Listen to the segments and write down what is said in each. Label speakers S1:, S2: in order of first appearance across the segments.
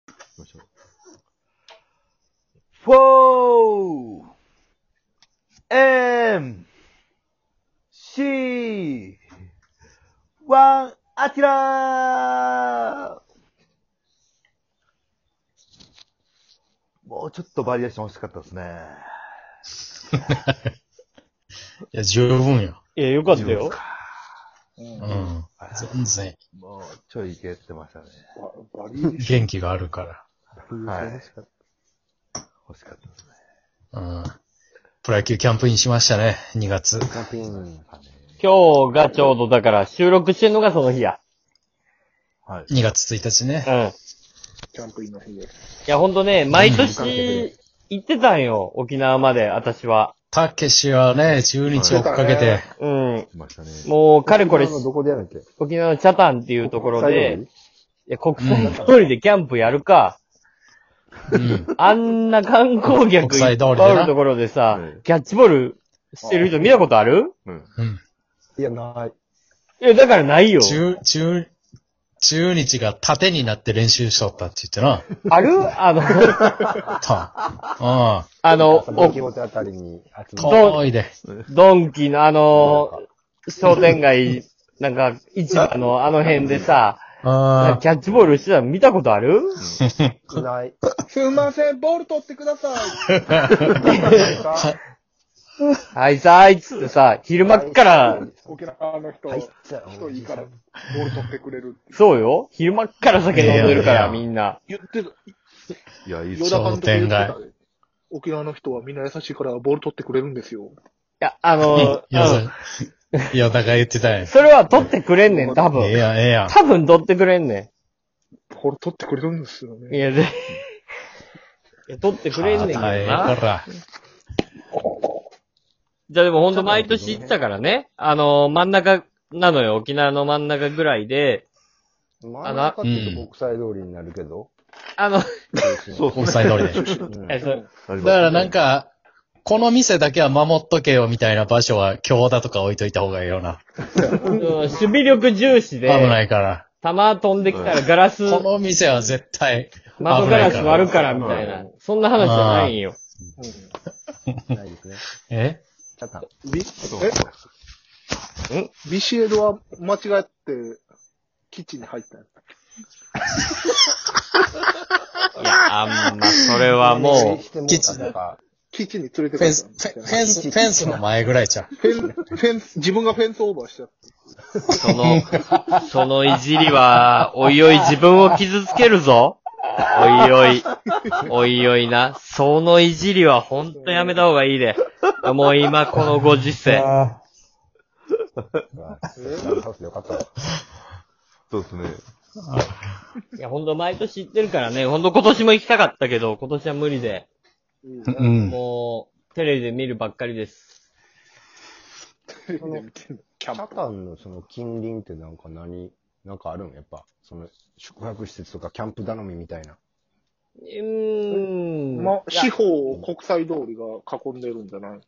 S1: きましょう。
S2: 4 M C 1アキラーもうちょっとバリエーション欲しかったですね。
S3: いや、十分よ。
S4: いや、よかったよ。
S3: う
S2: うん
S3: ん。全然、
S2: もうちょいいけてましたね。
S5: ババリエーシ
S3: 元気があるか
S5: ョン。
S2: はい
S5: 欲しかった
S2: 欲しかったですね。
S3: ら。うん。プロ野球キャンプインしましたね、2月。
S5: キャンペーン。
S4: 今日がちょうどだから収録してんのがその日や。
S2: はい。
S3: 2月1日ね
S4: う。ん。い
S5: キャンプインの日です。
S4: や、ほんとね、毎
S2: うん
S4: 年行ってたんよ、沖縄まで、私は。
S3: たけしはね、12日追っかけて、
S4: うん。
S2: 来ましたね。
S4: もう、かれこれ
S5: あ、のどこでやるんけ
S4: 沖縄のチャタンっていうところ
S5: 最後
S4: で
S5: に、
S4: いや、国際通りでキャンプやるか、
S3: うん。
S4: あんな観光客
S3: 国
S4: い
S3: 際通り
S4: っぱい
S3: でな
S4: おるところでさ
S2: うん、
S4: キャッチボールしてる人見たことある
S2: うん。
S3: うん。
S5: いや、ない。
S4: いや、だからないよ。
S3: 中、中、中日が縦になって練習しとったって言って
S4: あるあの、
S3: な。た。
S4: あの、
S5: お
S4: お
S5: 気持ちあたりに集
S3: うん。
S5: ま
S4: と
S5: る。
S3: 遠いで。
S4: ドンキのあの、 商店街、なんか、市場のあの辺でさ、な
S3: あ
S4: んかキャッチボールしてたの見たことある
S5: ない。
S6: すんません、ボール取ってく ださい。
S4: はいさあ、いつってさ、昼間っから、
S6: 沖縄の人、
S5: 入っちゃう。
S6: 人いいから、ボール取ってくれる。
S4: そうよ。昼間っから酒飲んでるか
S3: いやい
S4: ら、
S3: や
S4: みんな。
S6: 言ってた。
S2: いや、いいっ
S6: 与
S2: す
S6: 田
S2: よ。
S6: 監督言
S3: 商
S6: ってたで。沖縄の人はみんな優しいから、ボール取ってくれるんですよ。
S4: いや、あの、
S3: いや、
S4: う
S3: そ
S4: ん
S3: いや、だから言ってたやん。え
S4: それは取ってくれんねん、多
S3: え
S4: 分。
S3: やん、ええやん。
S4: 多分取ってくれんね
S6: ボール取ってくれるんですよ
S4: ん。い
S6: ね。
S4: や、で、いや取ってくれんねんけど
S3: あええ
S4: な。
S3: から。
S4: じゃあでもほんと毎年行ってたからね。あの、真ん中なのよ。沖縄の真ん中ぐらいで、
S5: 真ん中って言うと国際通りになるけど。
S4: あの、
S2: そう
S3: 国際通りで。
S5: うん
S4: えそう
S2: だ
S3: だからなん、か、この店だけは守っとけよみたいな場所は強打とか置いといた方がいいよな。
S4: うん守備力重視
S3: 危
S4: で、
S3: ないから。
S4: 弾飛んできたらガラス、
S3: この店は絶対、
S4: 窓ガラス割るからみたいな。そんな話じゃないんよ。
S5: ないですね。
S3: え
S5: ちょっと
S6: ビ
S2: そう
S6: えビシエドは間違って、キッチンに入ったんや
S4: いや、あんま、それはも
S5: しても
S3: キ
S5: う
S3: ッチ
S5: た
S3: ン
S5: なんか、
S6: キッチンに連れて
S3: フ
S6: か
S3: ェン
S6: れた
S3: ス、フ
S6: んです
S3: ェ
S6: よ
S3: フェンス、フェンスの前ぐらいじゃん。
S6: フェンス、フェンス、自分がフェンスオーバーしちゃっ
S4: う、その、そのいじりは、おいおい自分を傷つけるぞ。おいおい、おいおいな。そのいじりはほんとやめた方がいいで。もう今このご時世。
S5: ハウスでよかったわ。
S2: そうですね。
S4: いや、ほんと毎年行ってるからね。ほんと今年も行きたかったけど、今年は無理で。
S3: う
S6: た。
S3: ん。
S4: もう、テレビで見るばっかりです。
S6: テレビで見てんのキャン
S5: 北
S6: プ。
S5: タンのその近隣ってなんか何、なんかあるんやっぱ、その宿泊施設とかキャンプ頼みみたいな。
S4: うーん。
S6: ま、四方を国際通りが囲んでるんじゃない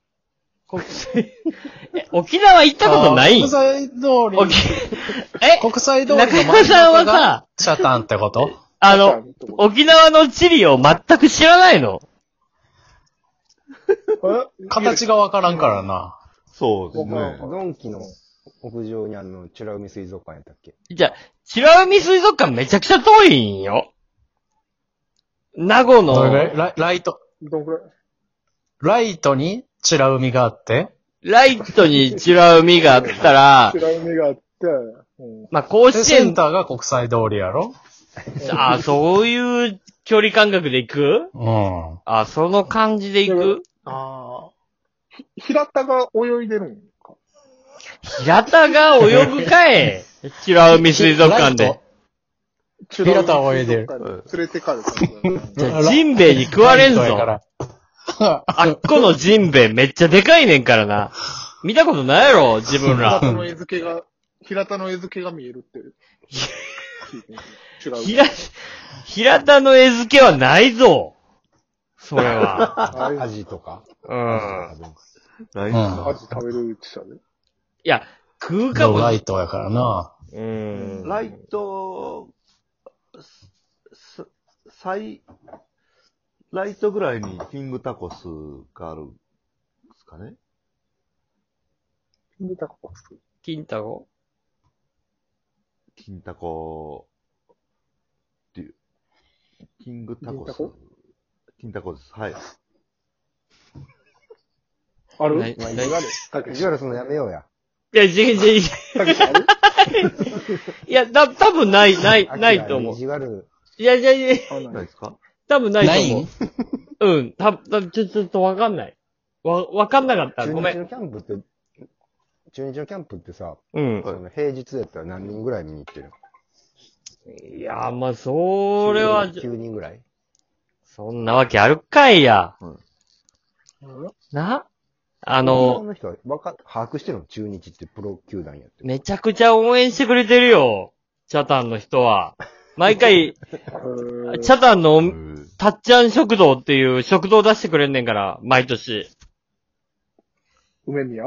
S4: 国際、 え、沖縄行ったことない
S3: 国際通
S4: 沖
S3: り、、
S4: え、
S3: 国際通りの
S4: 中
S3: 真ん
S4: 山さん
S3: 中
S4: は
S3: が
S4: さ、
S3: シャタンってこと
S4: あの、、沖縄の地理を全く知らないの
S3: 形がわからんからな。
S2: そうです
S5: 僕
S2: ね
S5: は。ドンキの屋上にあの、チュラ海水族館やったっけ
S4: じゃあ、白海水族館めちゃくちゃ遠いんよ。名護
S3: どれぐら
S4: の
S3: いライライト、
S6: どんぐらい
S3: ライトにチラ海があって、
S4: ライトに白海があっ たら、
S6: 白い目があって、うん。
S4: まあ、甲
S3: で、
S4: 子
S3: セン
S4: 園、
S3: ターが国際通りやろ
S4: あ、そういう距離感覚で行く
S3: うん。
S4: あ、その感じで行く
S6: ああ。ひ平田が泳いでるんか。
S4: 平田が泳ぐか い白海水族館で。
S3: 平田は泳いでる
S6: 連れてかれたんだよね。
S3: ライト。
S4: ジンベエに食われんぞ。
S3: ライトやから
S4: あっこのジンベエめっちゃでかいねんからな。見たことないやろ、自分
S6: 平
S4: ら。
S6: 田の絵付けが、平田の絵付けが見えるって。聞いてんけど違う。
S4: 平、平田の絵付けはないぞ。それは。
S5: あ
S6: あれ
S5: アジとか
S4: うん。
S2: ない
S3: うん
S6: アジ食べるって言って
S4: いや、食うかも。
S3: ライトやからな。
S4: うん。
S2: ライト、す、す最、ライトぐらいにキングタコスがあるんですかね
S6: キングタコス。
S4: 金太郎
S2: 金タコっていう。キングタコ
S6: 金タ
S2: ス
S6: コ。
S2: 金タコです。はい。
S6: ある
S4: ない
S6: まあ意地悪。たけ
S5: 意
S6: し
S5: 地悪すんのやめようや。
S4: いや、違う違う違う。
S6: たけしある
S4: いや、だ、多分ない、ない、ないと思
S5: 意
S4: う。
S5: 地悪。
S4: いやいやいや、
S6: あ
S2: ない
S6: ない
S2: ですか
S4: 多分ない
S3: な
S4: と
S3: い
S4: 思
S3: ん
S4: う。うん、た、た、ちょ、ちょっとわかんない。わ、わかんなかった。
S5: 中
S4: ご
S5: 日
S4: めん。
S5: のキャンプって、中日のキャンプってさ、
S4: うん。
S5: その平日やったら何人ぐらい見に行ってる
S4: いや、まあ、それは、
S5: 9人ぐらい
S4: そんなわけあるかいや。
S6: うん
S4: なあ
S5: あ
S4: の、
S5: の人はわか、把握してるの中日ってプロ球団やって。
S4: めちゃくちゃ応援してくれてるよ。チャタンの人は。毎回、
S6: うん
S4: チャタンのお
S2: う
S4: み
S2: ん
S4: たっちゃん食堂っていう食堂出してくれんねんから、毎年。
S6: 梅宮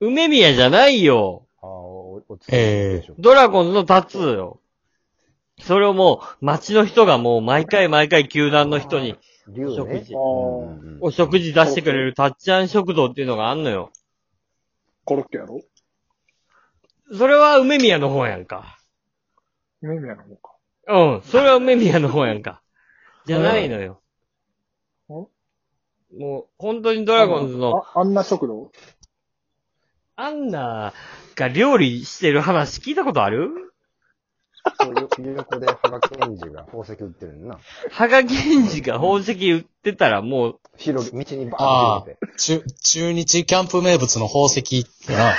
S4: 梅宮じゃないよ。
S5: ああ、お、おつ
S3: ええ
S5: しょ
S4: ドラゴンズのタツーよ。それをもう、町の人がもう毎回毎回球団の人に
S5: 竜
S4: お食
S5: ね
S4: 事。
S6: ああ、
S5: うんうんうん
S4: お食事出してくれるタッチャン食堂っていうのがあんのよ。
S6: コロッケやろ
S4: それは梅宮の方やんか。
S6: 梅宮の方か。
S4: うん、それは梅宮の方やんか。じゃないのよ。
S6: うん
S4: もう、本当にド
S6: ド
S4: ラゴンズの、。
S6: ああんな食堂
S4: アンナが料理してる話聞いたことある
S5: そうよ横で羽賀健二が宝石売ってるんな。
S4: 羽賀源氏が宝石売ってたらもう、
S5: 広げ、道にバーンって
S3: 中、中日キャンプ名物の宝石ってな。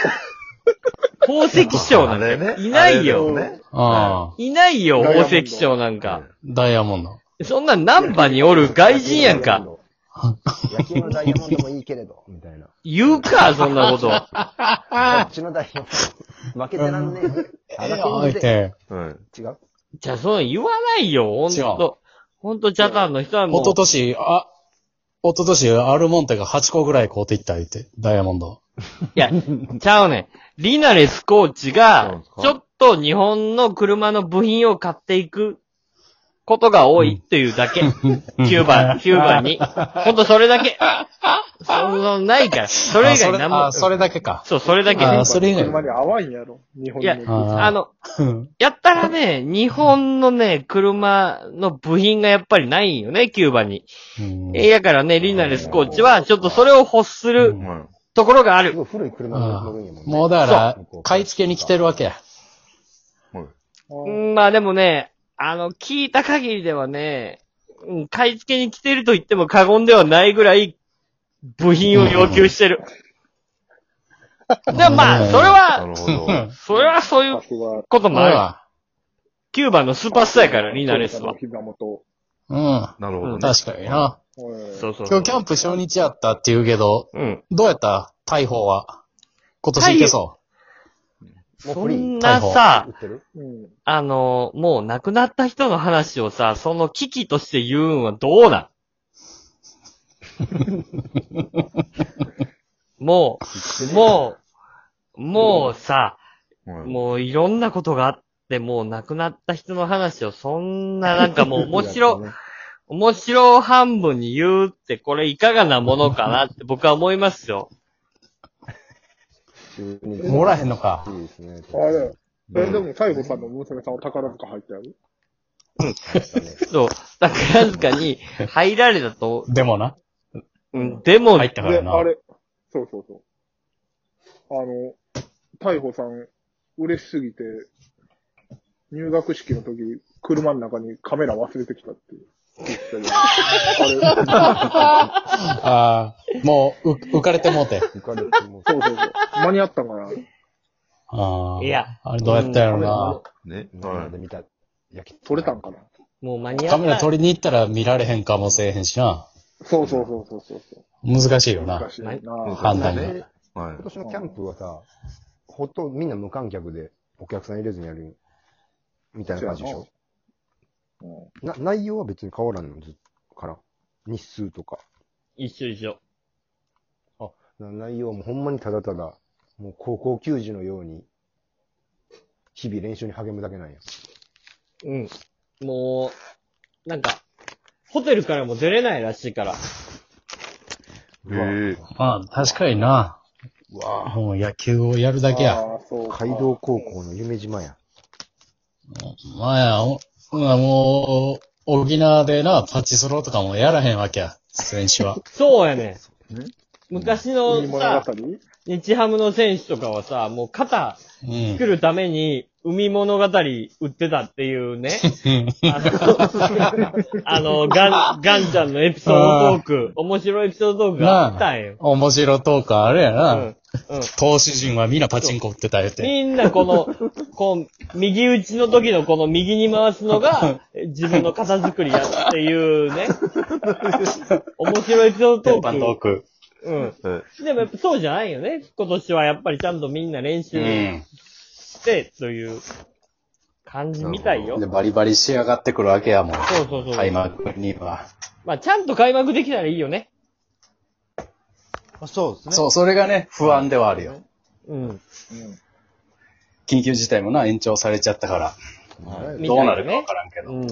S4: 宝石商なん
S2: あれ
S4: か
S2: ね
S4: いない
S2: あ
S4: よ。
S2: れね
S3: ああ、
S4: いないよ、宝石商なんか。
S3: ダイヤモンド。
S4: そんなん難波におる外人やんか。。
S5: 野球のダイヤモンドもいいけれど、みたいな。
S4: 言うか、そんなこと。
S5: あっちのダイヤモンド、負けてらんねえ。
S3: え
S5: 羽
S3: え
S5: 賀
S3: 相
S5: 健二で。
S3: 手。
S2: うん。
S5: 違う
S4: じゃあ、そう言わないよ、ほん
S3: 違う
S4: と。ほんと、チャタンの人はも
S3: おと
S4: う、
S3: とし、あ、おととし、アルモンテが8個ぐらい買うていった言って、ダイヤモンド。
S4: いや、ちゃうねん。リナレスコーチ
S2: そう
S4: が
S2: です、か
S4: ちょっと日本の車の部品を買っていくことが多いっていうだけ。キューバ、キューバに。ほんと、それだけ。そんなのないから。そ
S3: そ
S4: れ以外何
S3: あ、
S4: も。
S3: それだけか。
S4: そう、それだけ。
S3: あーそれ以外
S6: 車に合わんやろ。日本
S4: いや
S6: の。
S4: あの、やったらね、日本のね、車の部品がやっぱりないよね、キューバに。
S3: うん
S4: え、やからね、リナレスコーチは、ちょっとそれを欲する
S2: うん。
S4: ところがあ
S5: す
S4: る。
S5: ごい古い車
S3: ああ
S5: 乗るんやもんね。
S3: もうだから
S5: そう、
S3: 買い付けに来てるわけや。
S4: うんまあでもね、あの、聞いた限りではね、うん買い付けに来てると言っても過言ではないぐらい、部品を要求してる。でもまあ、それ
S2: な
S4: は、
S2: るほ
S3: う
S2: ど。
S3: ん。
S4: それはそういう
S6: さすが。
S4: ことも
S3: ま
S4: ある。
S3: あ、
S4: キューバのスーパースターやから、リナレスは。
S6: 膝元。
S3: う
S2: なるほど
S3: ん。
S2: ね。
S3: 確かにな。
S4: そうそうそ
S3: 今
S4: う
S3: 日キ。ャンプ初日やったって言うけど、
S4: うん。
S3: どうやった大砲は。今年いけそ
S5: もう
S4: そ
S5: フリー
S4: んなさ
S5: 売、ってる
S6: うん。
S4: あの、もう亡くなった人の話をさ、その危機として言うんはど うなんもう、もう、もうさ、
S2: うん
S4: もういろんなことがあって、もう亡くなった人の話をそんななんかもう面 白、面白半分に言うってこれいかがなものかなって僕は思いますよ。
S5: 中日
S3: う。もらへんのか。
S5: いいですね。
S6: あれえ、
S2: う
S6: で
S2: ん
S6: も、西郷さんの娘さんは宝塚入ったやろ
S4: そう、宝塚に入られたと、
S3: でもな。
S4: うんでも、
S3: 入ったか
S6: で、
S3: らな。
S6: あれ、そうそうそう。あの、大保さん、嬉しすぎて、入学式の時、車の中にカメラ忘れてきたって言ってた けど、あれ、
S3: ああ、もう、う浮かれてもうて。
S5: 浮かれてもう
S6: そうそうそう。間に合ったんかな。
S3: ああ。
S4: いや。
S3: あれどうやったんやろな。
S2: ね。
S5: 生で
S2: は
S5: 見た。焼き
S6: 撮れたんかな。
S4: もう間に合
S3: カ
S4: っ
S3: メラ
S4: た。
S3: 取りに行ったら見られへんかもしれへんしな。
S6: そうそうそうそうそうそう。
S3: 難しいよな
S6: 難。しい
S2: い。
S6: な。
S3: 判断が
S2: ね。はい
S5: 今。年のキャンプはさ、ほとんどみんな無観客でお客さん入れずにやるみたいな感じでしょ
S6: うん
S5: な内容は別に変わらんの、ずっから。日数とか。
S4: 一緒一緒。
S5: な内容もほんまにただただ、もう高校球児のように、日々練習に励むだけなんや。
S4: うん。もう、なんか、ホテルからも出れないらしいから。
S2: ええ
S3: まあ、確かにな。
S5: うわぁ。
S3: もう野球をやるだけや。
S6: ああ、そうか。
S5: 街道高校の夢島や。
S3: まあや、おまあもう、沖縄でな、パチスロとかもやらへんわけや。選手 は。
S4: そうやね
S2: うね。
S4: 昔
S6: い
S4: の
S6: い物
S4: さ、
S6: 語
S4: 日ハムの選手とかはさ、もう肩
S3: うん
S4: 作。るために、海物語売ってたっていうね。あの、あのガン、ガンちゃんのエピソードトーク、面白いエピソードトークがあったんよ。
S3: 面白トークあるや
S4: う
S3: な。
S4: ん。うん。
S3: 投資陣はみんなパチンコ売ってた言うて。
S4: みんなこの、こう、右打ちの時のこの右に回す のが、自分の型作りやっていうね。面白いエピソードト
S3: パントー
S4: ーク。
S3: ク。
S4: うん。
S2: え
S4: でもやっぱそうじゃないよね。今年はやっぱりちゃんとみんな練
S3: う
S4: 習
S3: ん。
S4: して、という感じみたいよ
S3: で、。バリバリ仕上がってくるわけやもん。
S4: そうそうそう
S3: 開。幕には。
S4: まあちゃんと開幕できたらいいよね。
S2: まあそうですね。
S3: そう、それがね、不安ではあるよ。
S4: うん。
S3: 緊急事態もな、延長されちゃったから。
S2: はい
S4: みた
S3: どう
S4: い
S3: な
S4: な
S3: るかわ
S4: ね
S3: か。らんけど。
S4: うん。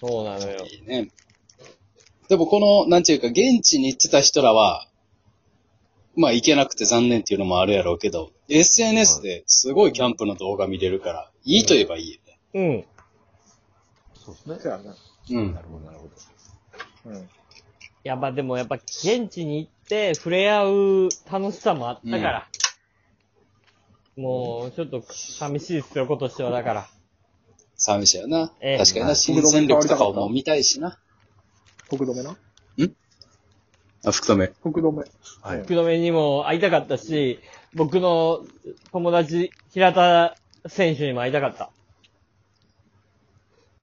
S4: そうなのよ。
S3: いいね。でもこの、なんていうか、現地に行ってた人らは、まあ行けなくて残念っていうのもあるやろうけど、SNS ですごいキャンプの動画見れるから、いいと言えばいいよね。
S4: うん。
S2: そうですね。
S6: じゃあな。
S3: うん
S5: な。るほど、なるほど。
S6: うん。
S4: やっぱでもやっぱ現地に行って触れ合う楽しさもあったから。もうちょっと寂しいですよ、今年はだから。
S3: 寂しいよな。
S4: ええ
S3: 確かにな、新戦力とかも見たいしな。
S6: 福留な
S3: あ、福留。
S6: 福留。
S2: はい
S4: 福留にも会いたかったし、僕の友達、平田選手にも会いたかった。